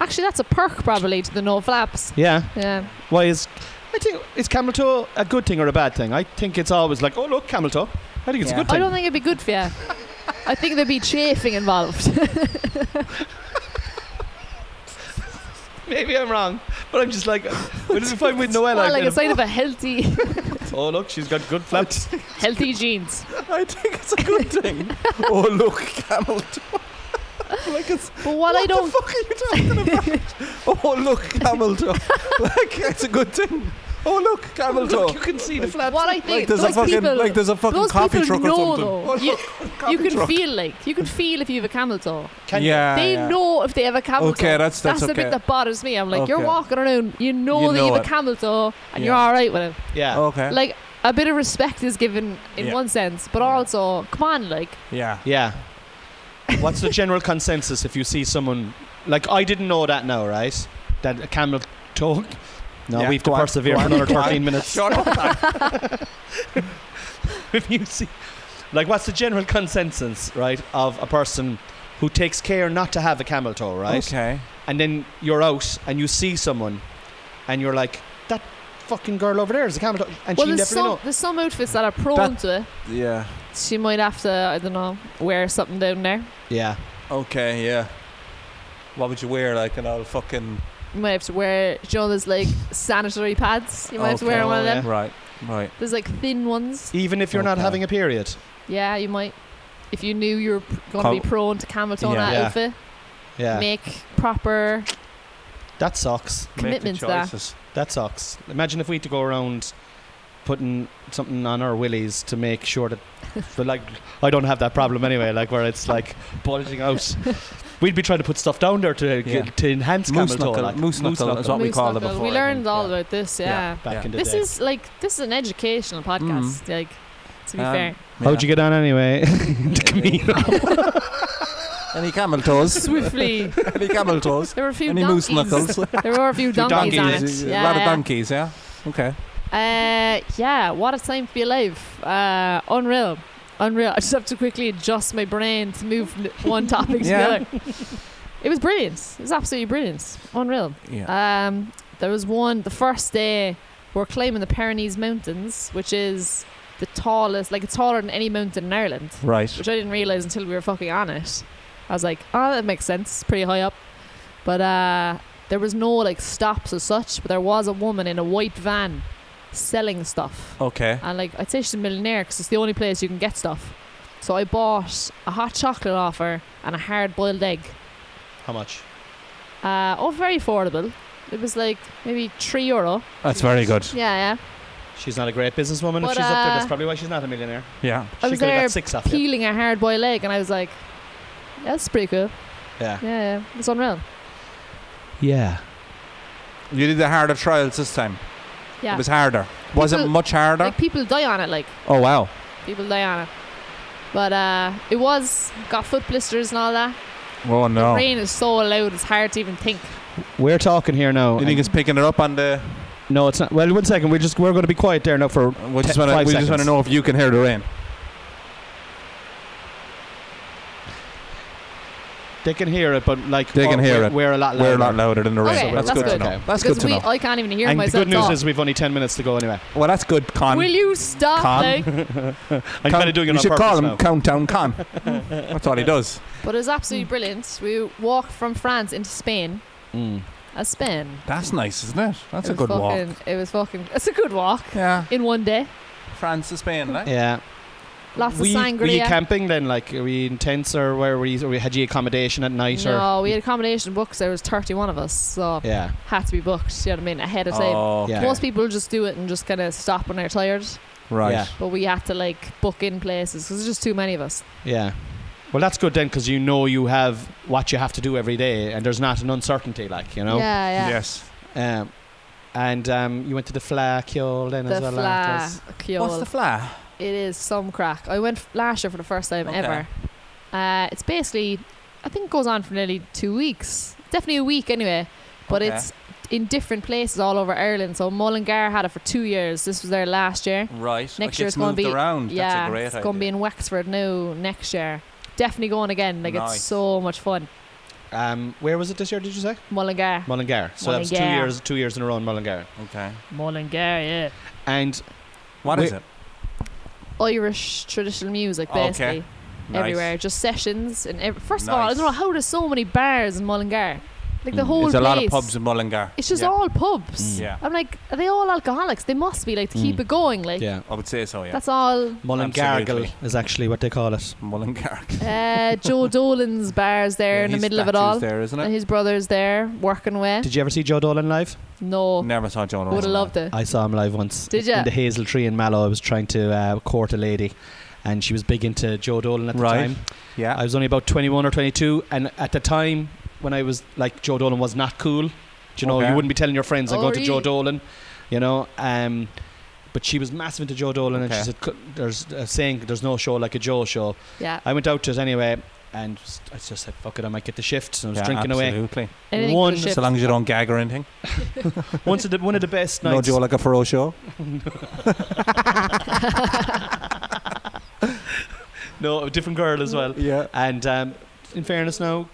Actually, that's a perk probably to the no flaps.
Yeah.
Yeah.
Why is I think is camel toe a good thing or a bad thing? I think it's always like, oh look, camel toe. I think it's
Yeah.
a good
I
thing.
don't think it'd be good for you. I think there'd be chafing involved.
Maybe I'm wrong, but I'm just like, well, if I'm with Noel,
Well,
I'm
like
gonna-
a sign of a healthy,
oh look, she's got good flaps.
healthy jeans.
I think it's a good thing. oh, look, camel toe. like it's,
But what, I don't,
fuck are you talking about? oh, look, camel toe. like, it's a good thing. Oh, look, camel
look, you can see the flaps.
what I think,
Like there's
those
a fucking
people,
like there's a fucking
those
coffee
people
truck
know
or something.
though. you, you can feel like you can feel if you have a camel toe.
Can
yeah,
they
Ah, yeah.
know if they have a camel toe.
Okay, that's that's,
That's the
okay.
bit that bothers me. I'm like, you're
Okay.
walking around, you know
You
that
know
you have
it.
a camel toe, and you're
Yeah.
all right with it.
Yeah.
okay.
Like a bit of respect is given in
Yeah.
one sense, but
Yeah.
also, come on, like
yeah.
Yeah. What's the general consensus if you see someone like I didn't know that now, right? That a camel toe. No,
Yeah,
we have to
go on,
persevere
go
for
on,
another
go on.
13 minutes.
Shut up.
if you see, like, what's the general consensus, right, of a person who takes care not to have a camel toe, right?
Okay.
And then you're out and you see someone, and you're like, that fucking girl over there is a camel toe, and
well,
she
there's
definitely
some
know.
there's some outfits that are prone
That-
to it.
Yeah.
She might have to, I don't know, wear something down there.
Yeah,
Okay. Yeah. What would you wear? Like an old fucking
You might have to wear, you know, there's like sanitary pads. You might have to wear
Okay.
one of them.
Oh, Yeah.
right, right.
There's like thin ones.
even if you're not
Okay.
having a period.
Yeah, you might. If you knew you were going to
Com-
be prone to camel toe in
Yeah.
that
Yeah.
outfit,
Yeah,
make proper
that sucks.
commitment to that.
choices.
That sucks. Imagine if we had to go around putting something on our willies to make sure that, but like, I don't have that problem anyway. Like where it's like bulging out. We'd be trying to put stuff down there to
Yeah.
to enhance
Moose
camel toe,
knuckle-
like
moose knuckle is what we
Moose
called it
knuckle.
before,
We
I
learned
think,
all
yeah.
about this, yeah.
Yeah,
back
Yeah.
in the
This
day.
is like this is an educational podcast. Like to be
Mm. Um,
fair,
How'd you get on anyway?
Any camel toes?
swiftly
Any camel toes?
there were a few
Any moose
donkeys.
knuckles?
There were a few
Few
donkeys,
donkeys,
on it.
A lot of
Yeah,
donkeys. Yeah. Okay.
yeah. Uh, yeah. What a time to be alive. Uh, unreal, unreal. I just have to quickly adjust my brain to move n- one topic to the
Yeah.
other. It was brilliant. It was absolutely brilliant. Unreal.
Yeah.
Um, there was one the first day we're climbing the Pyrenees Mountains, which is the tallest, like it's taller than any mountain in Ireland,
right.
which I didn't realize "Ah, until we were fucking on it. I was like, oh, that makes sense. It's pretty high up, but uh, There was no like stops as such, but there was a woman in a white van selling stuff.
Okay.
And like I'd say she's a millionaire because it's the only place you can get stuff. So I bought a hot chocolate off her and a hard boiled egg.
How much?
Uh, all very affordable. It was like maybe three euro.
That's very good.
Yeah, yeah.
She's not a great businesswoman.
But,
if she's up there,
uh,
that's probably why she's not a millionaire.
Yeah.
I
she
was
could have
there
got six off you.
Peeling a hard boiled egg, and I was like, that's pretty cool.
Yeah.
Yeah, yeah. It's unreal.
Yeah.
You did the harder trials this time.
Yeah.
It was harder. Was it
People-
much harder?
Like people die on it, like
oh wow.
people die on it. But uh, it was got foot blisters and all that.
Oh no.
The rain is so loud; it's hard to even think.
We're talking here now.
You think
and-
it's picking it up uh, on the?
no, it's not. Well, one second. We're just we're going to be quiet there now for.
We just
Te-
want to.
five
We just want
seconds.
to know if you can hear the rain.
They can hear it, but like
They can
oh,
hear
we're,
it.
We're a lot louder.
We're a lot louder than the rain.
Okay,
that's,
that's
good,
good.
to know. That's
because
good to
we,
know.
I can't even hear
And the
myself.
good news
talk.
is we've only ten minutes to go anyway.
Well, that's good. Con.
will you stop?
Con.
Like?
I'm
Con-
kind of doing it
You
on
should
purpose
call him
now.
Countdown Con. that's all he does.
But it was absolutely brilliant. We walked from France into Spain.
Mm.
A Spain.
That's nice, isn't it? That's
It
a
was
good walk.
fucking, It was fucking. It's a good walk
Yeah.
in one day.
France to Spain, right?
Yeah.
Lots
were
of
you,
sangria.
Were you camping then? Like, were you in tents or where were you? Or had you accommodation at night or?
no, we had accommodation booked. 'cause There was thirty-one of us, so
Yeah.
had to be booked. You know what I mean? Ahead of time.
Oh,
Yeah.
okay.
Most people just do it and just kind of stop when they're tired.
Right.
Yeah.
But we had to like book in places because there's just too many of us.
Yeah. Well, that's good then, because you know you have what you have to do every day, and there's not an uncertainty, like you know.
Yeah, yeah.
Yes.
Um, and um, you went to the Fla Kiol then as
The
well.
fla
afterwards.
What's the
Kjol.
fly?
It is some crack. I went f- last year for the first time
Okay.
ever. Uh, it's basically, I think it goes on for nearly two weeks. Definitely a week anyway. But
Okay.
it's in different places all over Ireland. So Mullingar had it for two years. This was their last year.
Right.
Next
okay,
year
it's
it's gonna
moved
be-
around.
yeah,
That's a great
it's
idea.
going to be in Wexford now next year. Definitely going again. Like
Nice.
it's so much fun.
Um, where was it this year? Did you say
Mullingar.
Mullingar? So that was two
Mullingar.
years, two years in a row in Mullingar.
okay.
Mullingar, yeah.
And
What is
Wait,
it?
Irish traditional music,
Okay.
basically.
Nice.
everywhere. Just sessions and ev- first of all, I
Nice.
don't know how there's so many bars in Mullingar. Like the
Mm.
whole
There's a
place.
lot of pubs in Mullingar.
It's just
Yeah.
all pubs.
Mm.
Yeah.
I'm like, are they all alcoholics? They must be like to keep
Mm.
it going. Like
yeah,
I would say so. Yeah.
that's all.
Mullingargal
Absolutely.
is actually what they call it.
Mullingar.
Uh, Joe Dolan's bars there
Yeah,
in the
his
middle of it
statue's
all,
There, isn't
and
it?
his brother's there working away.
Did you ever see Joe Dolan live?
No,
Never saw John.
would have loved it.
I saw him live once.
Did ya?
In the Hazel Tree in Mallow. I was trying to uh, court a lady, and she was big into Joe Dolan at the
Right.
time.
Yeah.
I was only about 21 or 22, and at the time when I was like, Joe Dolan was not cool. Do you know,
Okay.
you wouldn't be telling your friends, I'm
Oh,
going to Joe
really?
Dolan, you know. Um, but she was massive into Joe Dolan, and
Okay.
she said, "C- There's a saying, there's no show like a Joe show.
Yeah,
I went out to it anyway, and s- I just said, Fuck it, I might get the shift. And I was
yeah,
drinking away.
absolutely.
anything
One
for the shift.
So long as you don't gag or anything.
Once of the, one of the best
No
nights.
Joe like a Faro show.
no, a different girl as well.
Yeah.
And um, in fairness, now,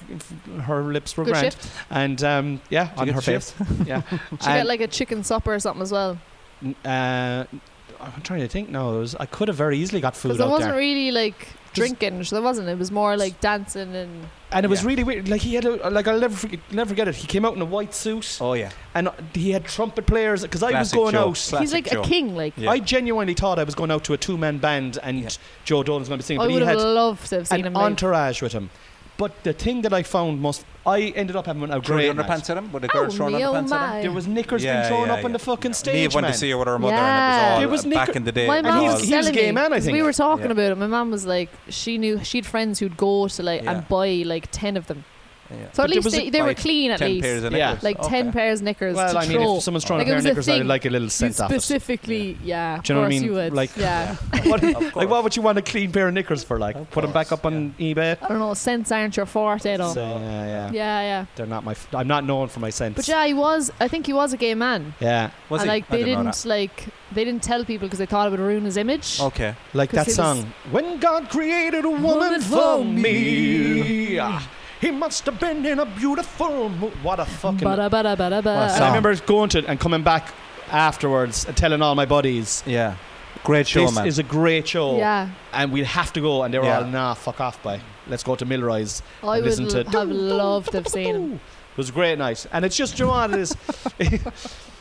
her lips were
Good
grand.
shift.
And um, yeah,
you
on
get
her
the shift?
face. yeah.
She get like a chicken supper or something as well.
N- uh, I'm trying to think now. It was, I could have very easily got
Because
food
there
out
wasn't
there,
really like drinking. So there wasn't. It was more like dancing and
and it was
Yeah.
really weird. Like he had, a, like I'll never forget, never forget it. He came out in a white suit,
Oh yeah.
and he had trumpet players. Because I was
Classic
going
Joe.
out,
he's like
Classic Joe.
a king. Like
Yeah.
I genuinely thought I was going out to a two-man band, and
Yeah.
Joe Dolan's going to be singing.
I
But he
would have
had
loved to have seen
an
him. live.
entourage with him. But the thing that I found most, I ended up having a
Threw the
great night.
underpants at him. With the
Oh,
girl throwing
me, oh
underpants at him.
my.
There was knickers
Yeah,
being thrown
yeah,
up on
yeah.
the fucking stage.
Neve went
man.
to see her with her mother,
Yeah.
and it
There
was
was
all
knicker-
back in the day.
My
it
mom
he was-
was,
he was
telling
gay
me,
man, I
'cause
think.
We were talking
Yeah.
about it. My mom was like, she knew she had friends who'd go to like
Yeah.
and buy like ten of them.
Yeah.
So
But
at
there
least
was,
they,
like,
they were
like,
clean at
Ten
least,
pairs of
Yeah.
knickers.
like ten
Okay.
pairs knickers
Well,
to
I mean,
throw.
if someone's throwing
Like,
a
it
pair of
was a
knickers, I'd
thing.
like a little
You
sent off. it.
specifically, yeah.
Do
of
you know what I
course
mean?
You would.
Like-
yeah.
What-
Of
like, why
course.
would you want a clean pair of knickers for? Like,
Of
put them back
course,
up on eBay.
I don't know. Scents aren't your forte, though.
So, yeah, yeah.
yeah, yeah.
They're not my. F- I'm not known for my sense.
But yeah, he was. I think he was a gay man.
Yeah.
Was
and
he?
like
I
they
didn't know Oh,
didn't like they didn't tell people because they thought it would ruin his image.
that. Okay.
Like
'Cause
that
he was-
song. When God created a woman,
Woman
for
for
me, Ah, he must have been in a beautiful. Mo- what a fucking.
Bada bada bada
and
Well,
I
song.
bada.
remember going to it and coming back afterwards and telling all my buddies.
Yeah. Great show,
This
man.
is a great show,
Yeah,
and we'll have to go. And they were
Yeah.
all, nah, fuck off, by. Let's go to Milroy's.
I would
Listen to-
l- have loved to have seen him.
was a great night. And it's just, you know what it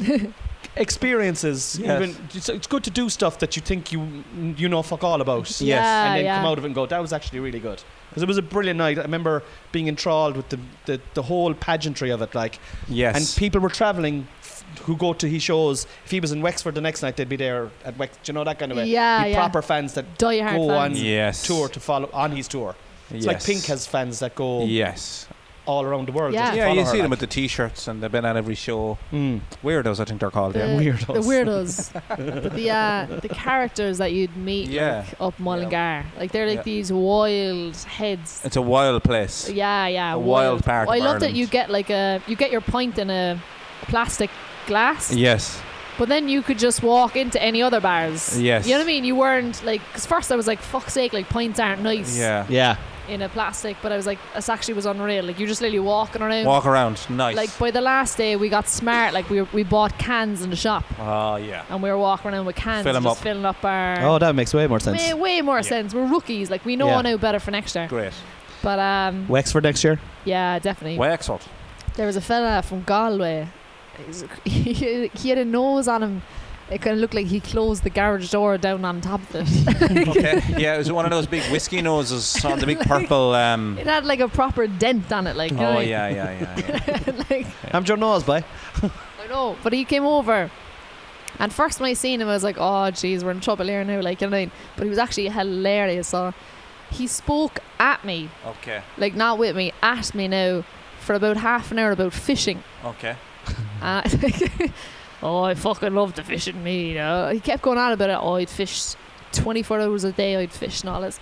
is? experiences.
Yes.
Even, it's, it's good to do stuff that you think you you know fuck all about.
Yeah, Yes.
Yeah,
and then
yeah.
come out of it and go, that was actually really good. Because it was a brilliant night. I remember being enthralled with the, the, the whole pageantry of it. Like,
Yes.
and people were travelling f- who go to his shows. If he was in Wexford the next night, they'd be there at Wexford. You know, that kind of way.
Yeah,
Be
yeah.
Proper fans that
Die hard
Go on.
fans.
yes.
tour to follow on his tour. It's like
Yes.
Pink has fans that go
Yes.
all around the world.
Yeah.
just to
Yeah,
follow
you
her,
see them
like.
with the T-shirts, and they've been at every show.
Mm.
Weirdos, I think they're called. yeah.
The-
Weirdos.
The weirdos. but the uh, the characters that you'd meet
Yeah.
like, up Mullingar, like they're like
Yeah.
these wild heads.
It's a wild place.
Yeah, yeah.
A wild part
I
of
love that
Ireland.
you get like a you get your pint in a plastic glass,
Yes.
but then you could just walk into any other bars.
Yes.
You know what I mean? You weren't like because first I was like, "Fuck's sake!" Like pints aren't nice
Yeah.
Yeah.
in a plastic, but I was like, "This actually was unreal." Like you're just literally walking around.
Walk around. Nice.
Like by the last day, we got smart. Like we we bought cans in the shop,
oh yeah.
and we were walking around with cans,
Fill 'em
just
up.
filling up our.
Oh, that makes way more sense.
Way, way more
Yeah.
sense. We're rookies. Like we know
Yeah.
now better for next year.
Great.
But um,
Wexford next year.
yeah, definitely.
Wexford.
There was a fella from Galway. He's- He he had a nose on him. It kind of looked like he closed the garage door down on top of it.
okay. Yeah, it was one of those big whiskey noses on the big purple. Um,
It had like a proper dent on it, like. you know,
oh
like-
yeah, yeah, yeah. yeah.
like
I'm John Knowles, boy.
I know, but he came over. And first when I seen him, I was like, oh, jeez, we're in trouble here now. Like, you know what I mean? But he was actually hilarious. So he spoke at me,
okay.
like not with me, at me now for about half an hour about fishing.
Okay.
Uh, oh, I fucking love the fishing me, you know. He kept going on about it. Oh, I'd fish 24 hours a day, I'd fish and all this.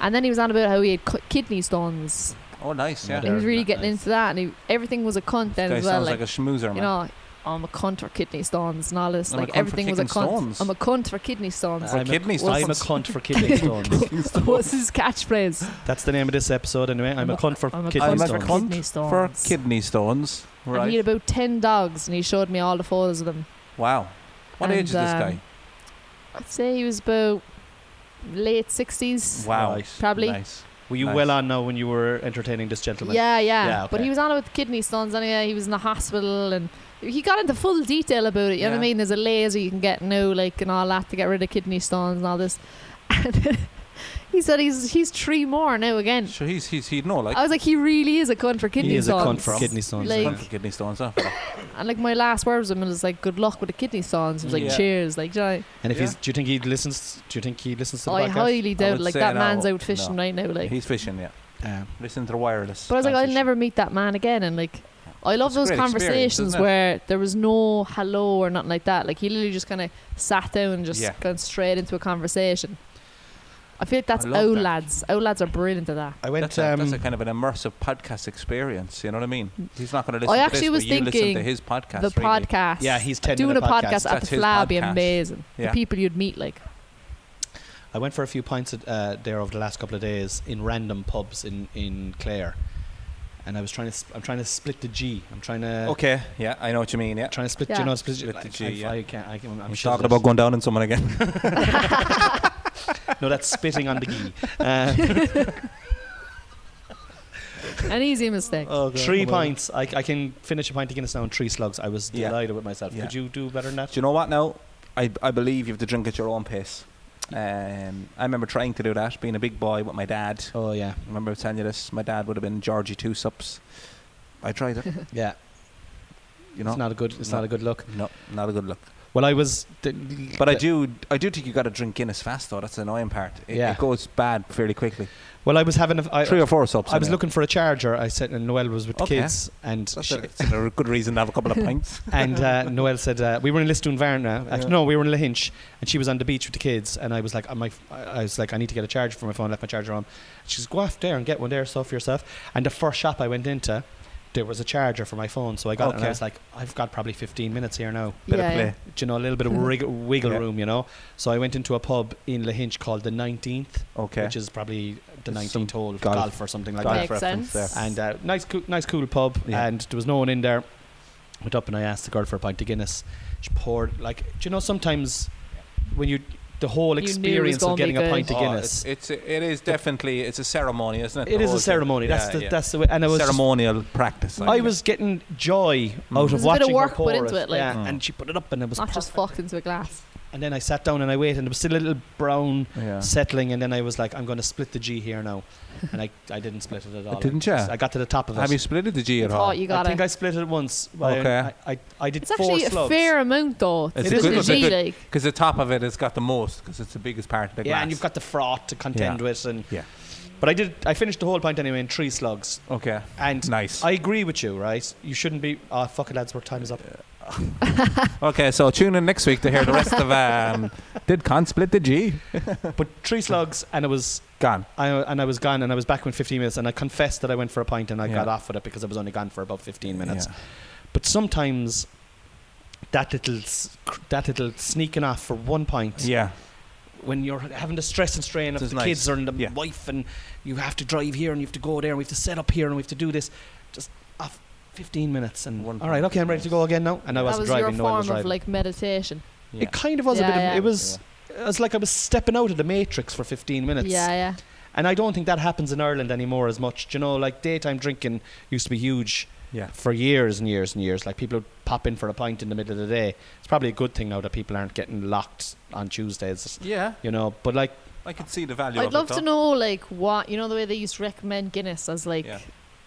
And then he was on about how he had cu- kidney stones.
Oh, nice. Yeah.
And he was
They're
really
not
getting
nice.
into that. And he, everything was a cunt then
Guy
as well.
sounds
Like,
like, a schmoozer, man.
you know, oh, I'm a cunt for kidney stones and all this.
I'm a cunt
like,
for
everything was a
kicking
cunt.
stones.
I'm a cunt for kidney stones.
For
I'm a-
kidney stones.
I'm a cunt for kidney stones.
What's his catchphrase?
That's the name of this episode, anyway. I'm a cunt for
I'm a
kidney
cunt
I'm a
stones.
for
cunt
kidney stones.
for kidney stones.
And he
Right.
had about 10 dogs and he showed me all the photos of them.
Wow. What
And,
age is this
um,
guy?
I'd say he was about late 60s.
Wow.
Right.
um, Probably.
Nice.
Were you
Nice.
well on now when you were entertaining this gentleman?
Yeah, yeah.
Yeah,
But
okay.
he was on about kidney stones anyway. He was in the hospital and he got into full detail about it. You know what I
Yeah.
mean? There's a laser you can get now, like, and all that to get rid of kidney stones and all this. And he said he's he's three more now again.
Sure, he's he's he'd know like
I was like, he really is a cunt for kidney
He is a
stones.
cunt for kidney stones.
Like-
Cunt for kidney stones. Huh?
And like my last words to him was like, "Good luck with the kidney stones." He was like,
Yeah.
"Cheers!" Like, you know,
and if
Yeah.
he's, do you think he listens? Do you think he listens to the
I
podcast?
highly doubt
would
like
say
that
no,
man's out fishing
no.
right now. Like,
He's fishing. Yeah.
Um,
Listen to the wireless.
But I was like, I'll
That's
never meet that man again. And like, I love
It's a
those
great experience,
conversations
isn't it?
where there was no hello or nothing like that. Like he literally just kind of sat down and just
Yeah.
gone straight into a conversation. I feel like that's
I love
O
that.
lads. O lads are brilliant at that.
I went.
That's, a,
um,
that's a kind of an immersive podcast experience. You know what I mean? He's not going to listen.
I
to
actually
this,
was
but you listen
thinking
to his podcast.
the
really.
podcast.
yeah, he's ten
doing a
minute
podcast, at
That's
the
his
Fla be
podcast.
amazing.
Yeah.
The people you'd meet, like
I went for a few pints at, uh, there over the last couple of days in random pubs in in Clare, and I was trying to. Sp- I'm trying to split the G. I'm trying to.
Okay. Yeah, I know what you mean. Yeah.
Trying to split.
Yeah.
You know, split,
Split the
like,
G,
I,
yeah.
I can't. I can, I'm
I'm
sure
talking
that-
about going down on someone again.
No, that's spitting on the G. Uh,
an easy mistake.
Oh,
three pints. I, I can finish a pint of Guinness now in three slugs. I was
Yeah.
delighted with myself.
Yeah.
Could you do better than
Do
that?
you know what now? I, I believe you have to drink at your own pace. Um, I remember trying to do that, being a big boy with my dad.
Oh yeah,
I remember telling you this. My dad would have been Georgie Two Sups. I tried it.
yeah.
You know,
It's not a good. It's
No.
not a good look.
no, not a good look.
Well, I was. d-
But I
d-
do, I do think you got to drink Guinness fast though. That's the annoying part. It,
Yeah.
it goes bad fairly quickly.
Well, I was having. A, I,
Three or four subs.
I was
anyway.
looking for a charger. I said, and Noel was with the
Okay.
kids, and
That's
she-
a, that's a good reason to have a couple of pints.
and uh, Noel said uh, we were in Listoon Varna. Actually,
Yeah.
no, we were in Lahinch, and she was on the beach with the kids. And I was like, on my, I I was like, I need to get a charger for my phone. Left my charger on. She says, go off there and get one there, so for yourself. And the first shop I went into, there was a charger for my phone, so I got it. And I
Okay.
was like, I've got probably 15 minutes here now.
Bit
Yeah,
of
yeah.
play.
Do you know a little bit of wrig- wiggle
Yeah.
room, you know? So I went into a pub in Lahinch called the 19th,
Okay.
which is probably the
It's
19th hole of
golf-
golf. or something like
Golf
that
Makes
reference
sense.
there.
and uh, nice, cool, nice, cool pub.
Yeah.
And there was no one in there. Went up and I asked the girl for a pint of Guinness. She poured like, do you know sometimes when you the whole
You knew it was
experience
gonna
of
be
getting a
good.
pint of
Oh,
Guinness.
it's, it's it is definitely it's a ceremony, isn't it?
it
the
is
whole
a
thing?
ceremony. That's
Yeah,
the
yeah.
that's the way. And it was just-
ceremonial practice.
I was getting joy out
There's a bit
of
of
watching
work
her
put
pour
into it, like.
yeah,
Mm.
and she put it up, and it was
Not just
perfect.
fucked into a glass.
And then I sat down and I waited, and there was still a little brown
Yeah.
settling, and then I was like, I'm going to split the G here now, and I, I didn't split it at all.
Didn't ya?
I got to the top of it.
Have you split the G at
Oh,
all?
you
I
got
think
it.
I split it once. Well, I-
Okay.
I, I, I did
It's
four
actually a
slugs.
fair amount, though.
It's
a
It's
good-
a
it's a
G,
good-
like.
Because the top of it has got the most, because it's the biggest part of the glass.
Yeah, and you've got the froth to contend
Yeah.
with, and
Yeah.
But I did. I finished the whole pint anyway in three slugs,
okay,
and
nice.
I agree with you, right? You shouldn't be. Oh fuck it, lads, our time is up.
okay, so tune in next week to hear the rest of. Um, did Con split the G?
But three slugs, and it was
Gone.
I, and I was gone, and I was back in 15 minutes, and I confessed that I went for a pint, and I
Yeah.
got off with it because I was only gone for about 15 minutes. But sometimes that little s- cr- that little sneaking off for one pint,
Yeah.
when you're having the stress and strain of
This is
the
nice.
kids and the
Yeah.
wife, and you have to drive here, and you have to go there, and we have to set up here, and we have to do this, just off 15 minutes, and
One
all right,
pint,
okay, I'm ready to go again now, and I
That
wasn't
was your
driving, no, I was
form of
driving.
like meditation.
Yeah.
It kind of was a
Yeah,
bit. Of,
yeah.
It was. It was like I was stepping out of the matrix for 15 minutes.
Yeah, yeah.
And I don't think that happens in Ireland anymore as much. Do you know, like daytime drinking used to be huge
Yeah.
for years and years and years. Like people would pop in for a pint in the middle of the day. It's probably a good thing now that people aren't getting locked on Tuesdays,
Yeah,
you know. But like,
I could see the value
I'd
of
love
it.
to know, like, what you know, the way they used to recommend Guinness as like
Yeah.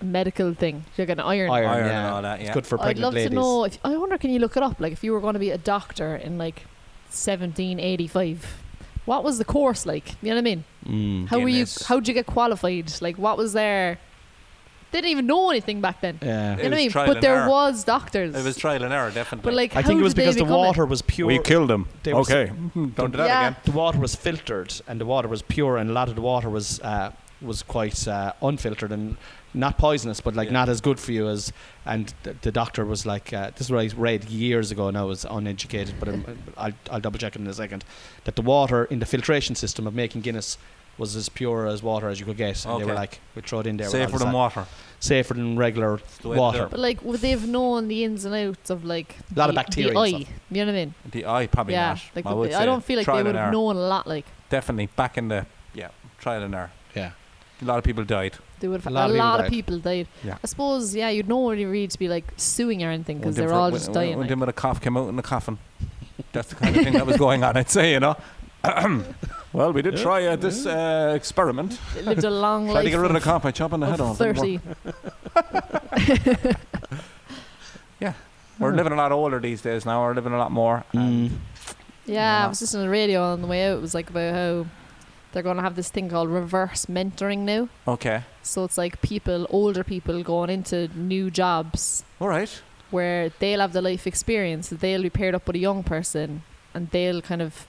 a medical thing. You're going to iron. Oh,
iron,
Iron and
yeah,
all that,
it's
yeah.
good for
I'd
pregnant
love
ladies.
to know. If, I wonder, can you look it up? Like, if you were going to be a doctor in like 1785, what was the course like? You know what I mean?
Mm.
How were
Guinness.
you? How'd you get qualified? Like, what was there? They didn't even know anything back then. You know
Yeah,
was
what I mean?
trial
But
and
there
error.
was doctors.
It was trial and error, definitely.
but like,
I
how
think it
did
was
they
because the
become it?
water was pure.
killed them.
They were- Okay.
Mm-hmm. don't do that
Yeah.
again.
the water was filtered, and the water was pure, and a lot of the water was uh, was quite uh, unfiltered and not poisonous, but like
Yeah.
not as good for you as. And th- the doctor was like, uh, "This is what I read years ago, and I was uneducated, but I'm, I'll, I'll double check it in a second. That the water in the filtration system of making Guinness." Was as pure as water as you could get, and they were
Okay.
like, "We throw it in there." we'll
Safer
all
than
decide."
water.
Safer than regular.
It's the way to
Water.
do it.
But like, would they have known the ins and outs of like
Lot of
the-
bacteria
The
and
eye,
stuff.
you know what I mean?
The eye probably
yeah,
not.
like
I
the-
would
I
say
don't feel like
trial
they
and
would have
error.
known a lot. Like
Definitely back in the yeah trial and error.
Yeah.
A lot of people died.
they would
A
have a
lot of people
lot of
died.
people died.
Yeah.
I suppose yeah, you'd know really really to be like suing or anything because
When
they're
them-
all
when-
just
when-
dying.
When
like.
them with a cough came out in a coffin. That's the kind of thing that was going on. I'd say you know. well, we did try uh, this uh, experiment.
They lived a long
Tried
life.
to get rid of the
of,
cough by chopping the head
of
off. Didn't work.
thirty.
We're living a lot older these days now. We're living a lot more. Um, and
Mm.
Yeah,
Yeah.
I was listening to the radio on the way out. It was like about how they're going to have this thing called reverse mentoring now.
Okay.
So it's like people, older people, going into new jobs
All right.
where they'll have the life experience that they'll be paired up with a young person and they'll kind of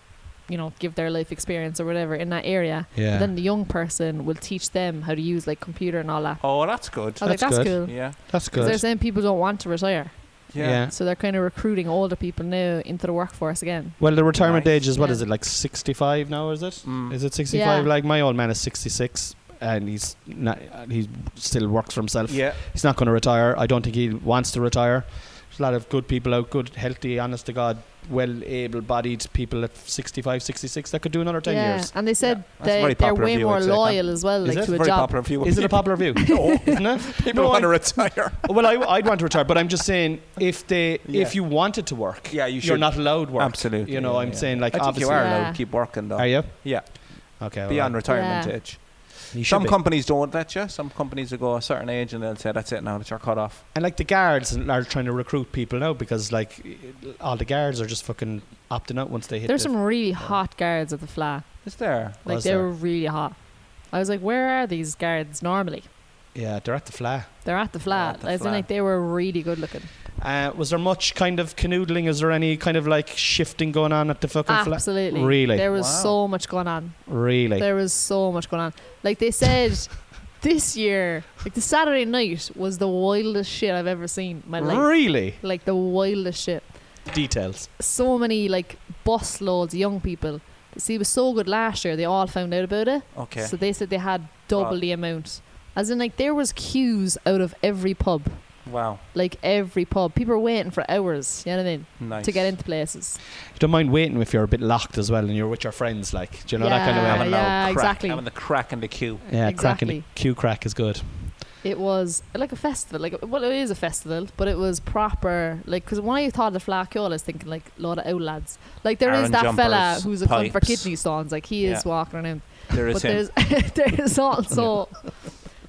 you know give their life experience or whatever in that area
Yeah.
but then the young person will teach them how to use like computer and all that
Oh, well, that's good.
I was like
That's
that's
good.
cool
Yeah.
That's
because they're saying people don't want to retire
Yeah.
so they're kind of recruiting older people now into the workforce again
Well, the retirement
Nice.
age is what
Yeah.
is it like sixty-five now? Is it?
Mm.
Is it 65?
Yeah.
Like my old man is 66 and he's not, he still works for himself.
Yeah.
He's not going to retire. I don't think he wants to retire. There's a lot of good people out, good, healthy, honest to God, well able bodied people at 65, 66 that could do another 10
yeah
years.
and they said
Yeah. That's a
they,
very
they're
popular
way
view,
more
I'd say, Tom.
loyal as well
Is
like
it
to a
very
job
popular view?
Is it a popular view?
No.
Isn't it?
People
No,
want
I-
to retire.
Well, I, I'd want to retire, but I'm just saying if they
Yeah.
if you wanted to work,
Yeah, you
are
should.
not allowed work.
Absolutely.
You know,
yeah,
I'm
yeah.
saying like
I think you
obviously.
are
Yeah.
allowed to keep working though.
Are you?
Yeah.
Okay.
Beyond retirement
Yeah.
age.
you should
Some
be.
companies don't let you. Some companies will go a certain age and they'll say that's it now. That's your cut off.
And like the guards are trying to recruit people now because like all the guards are just fucking opting out once they hit.
there's
the-
some really hot guards at the flat
Is there?
like
Was
they
there?
were really hot I was like where are these guards normally
yeah, they're at the flat.
they're at the
at
flat
the
I was
flat.
like they were really good looking
Uh, was there much kind of canoodling? Is there any kind of like shifting going on at the fucking flat?
Absolutely.
Really?
There was
Wow.
so much going on.
Really?
There was so much going on. Like they said this year, like the Saturday night was the wildest shit I've ever seen in my life.
really?
Like the wildest shit.
Details.
So many like busloads of young people. See, it was so good last year. They all found out about it.
Okay.
So they said they had double
Wow.
the amount. As in, like there was queues out of every pub.
Wow.
Like every pub, people are waiting for hours. You know what I mean?
Nice.
To get into places.
You don't mind waiting if you're a bit locked as well and you're with your friends, like, do you know that kind of way?
Yeah,
Having a little
yeah,
crack,
exactly.
Having the crack in the queue.
Yeah, cracking
exactly.
the Q crack is good.
It was like a festival, like well, it is a festival, but it was proper, like because when I thought of the Flacco, I was thinking like a lot of old lads, like there is
Aaron
that fella
jumpers,
who's a cunt for
pipes.
kidney stones, like he is
Yeah.
walking around,
There is
but
him.
there's there's also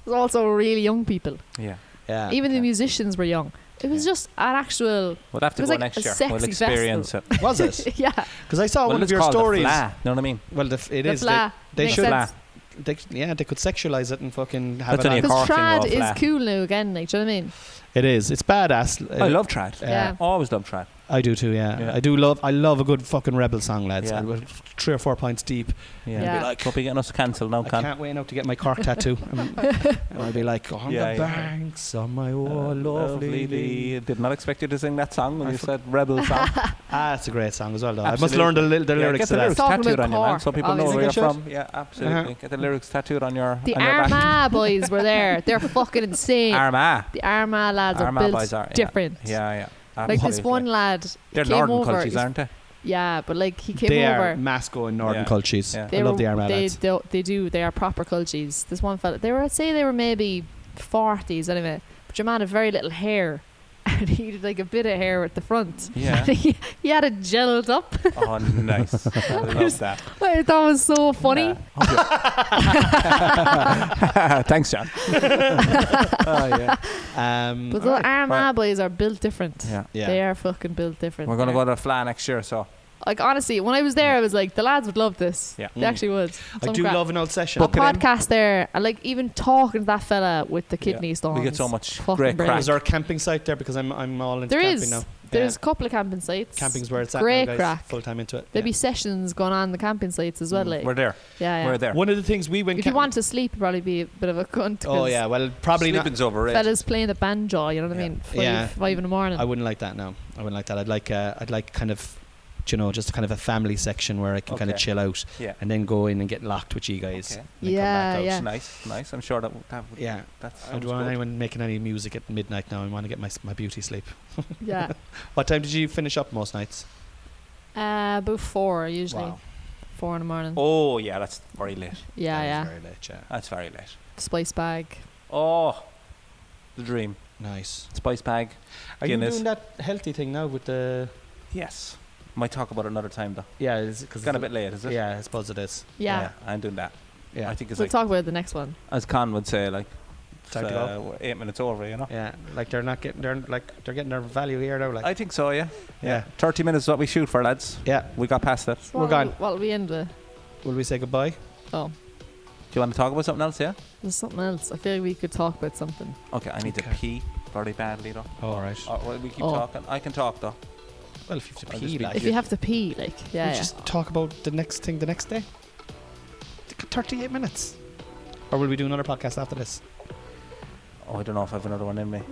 there's also really young people,
Yeah.
Yeah.
even the
Ah, yeah.
musicians were young. It was
Yeah.
just an actual,
We'll have to
It was
go
like a
next year.
sexy
We'll
festival.
experience it.
Was it?
yeah,
Because I saw
well,
one Oh, of
it's
your
called
stories.
The fla, know what I mean?
Well, the f- it
the
is. They,
fla,
they
makes
should-
sense.
they, yeah, they could sexualize it and fucking have
That's
it on.
only a
Because
Corking
trad
or
is
flat.
cool now again, like, do you know what I mean?
It is. It's badass.
I
Uh,
love trad.
Yeah.
Yeah.
Always love trad.
I do too. Yeah.
Yeah.
I do love. I love a good fucking rebel song, lads.
Yeah.
And we're three or four pints deep.
Yeah.
Yeah.
Like, Don't be getting us cancelled now,
I
can
can't wait now to get my Cork tattoo. and I'll be like, on
Yeah,
the
yeah. Uh,
banks of my oh, lovely. lea-"
Did not expect you to sing that song when
I
you
for-
said rebel song.
Ah, it's a great song as well, though. I must
Absolutely.
learn the, li- the
Yeah,
lyrics
get
to
the
that.
lyrics
Talking
tattooed
about
on you, man,
Cork,
so people know
obviously.
where you're
Think I
from. Yeah, absolutely.
Uh-huh.
Get the lyrics tattooed on your
The
on your back.
Armagh boys were there. They're fucking insane.
Armagh.
the Armagh lads
Armagh
are built
boys are, yeah.
different.
Yeah, yeah.
Like this
absolutely.
one lad, he
They're
came
northern
over.
countries,
he's-
aren't they?
yeah, but like he came
they
over.
are Masco and Northern
Yeah.
cultures.
Yeah.
I
They
love
were-
the Armagh
they,
lads.
do, they do. They are proper cultures. This one fella, they were. I'd say they were maybe forties anyway. But your man had very little hair, and he had like a bit of hair at the front.
Yeah.
he, he had it gelled up.
oh, nice. I love that.
Like, that was so funny.
Yeah. Thanks, John. oh, yeah.
Um,
But the
Alright,
Armagh
well-
boys are built different.
yeah.
yeah.
They are fucking built different.
We're going to
They're-
go to Flan next year, so.
Like honestly, when I was there, I was like, the lads would love this.
Yeah.
They
Mm.
actually would.
I
Some
do
crap.
love an old session.
a podcast there, and like even talking to that fella with the kidney stones.
We get so much
Oh, Fucking
great
brilliant.
crack.
Is there a camping site there? Because I'm, I'm all into
There
camping
is.
now.
There's a
Yeah.
couple of camping sites.
Camping's where it's at. now,
Great
guys.
crack.
Full time into it.
There'd
yeah. Mm,
be sessions going on in the camping sites as well. Like,
We're there.
yeah, yeah.
We're there.
One of the things we went.
if you
camp-
want to sleep, it'd probably be a bit of a cunt.
Oh
'cause
yeah, well probably not.
Sleeping's overrated.
Fellas playing the banjo, you know what I
Yeah.
mean? Five,
Yeah.
five in the morning.
I wouldn't like that. No, I wouldn't like that. I'd like uh, I'd like kind of, you know, just kind of a family section where I can kind of
Okay.
chill out
Yeah.
and then go in and get locked with you guys.
Okay.
and then come
Yeah,
back out.
yeah.
Nice, nice. I'm sure that w- that would,
Yeah.
that
I
sounds
don't want
good.
anyone making any music at midnight now. I want to get my s- my beauty sleep.
yeah.
What time did you finish up most nights?
Uh, about four, usually.
Wow,
Four in the morning.
Oh yeah, that's very late.
yeah,
that
yeah.
was very late. Yeah,
That's very late.
Spice bag.
Oh, the dream.
nice.
Spice bag.
Are you
Guinness.
doing that healthy thing now with the?
Yes. Might talk about it another time though.
Yeah, it's because
It's gone a bit late, is it?
Yeah, I suppose it is.
Yeah.
I'm doing that.
Yeah,
I think it's
We'll
like
talk about it the next one.
as Con would say, like it's,
Time to go.
uh, w- eight minutes over, you know.
yeah. Like they're not getting they're like they're getting their value here now. Like
I think so, yeah.
Yeah.
Thirty minutes is what we shoot for, lads.
yeah,
We got past that. Do
So
We're
what'll-
gone.
What'll we end with?
will we say goodbye?
Oh,
you want to talk about something else, yeah?
there's something else. I feel like we could talk about something.
Okay, I need
Okay.
to pee very badly though.
All right.
Oh, well, we keep
Oh.
talking. I can talk though.
Well, if you have to
I'll
pee,
just be-
like
If you have to pee, like, yeah.
we
yeah.
just talk about the next thing the next day. Th- 38 minutes. Or will we do another podcast after this?
Oh, I don't know if I have another one in me.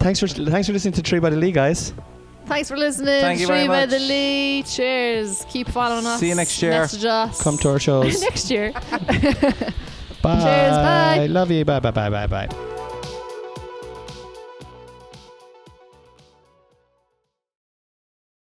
Thanks for thanks for listening to Tree by the Lee, guys.
Thanks for listening.
Thank you very
Tree by
much.
the Lee. Cheers. Keep following us.
See you next year.
Message us.
Come to our shows.
next year.
bye.
bye.
Love you. Bye bye bye bye bye.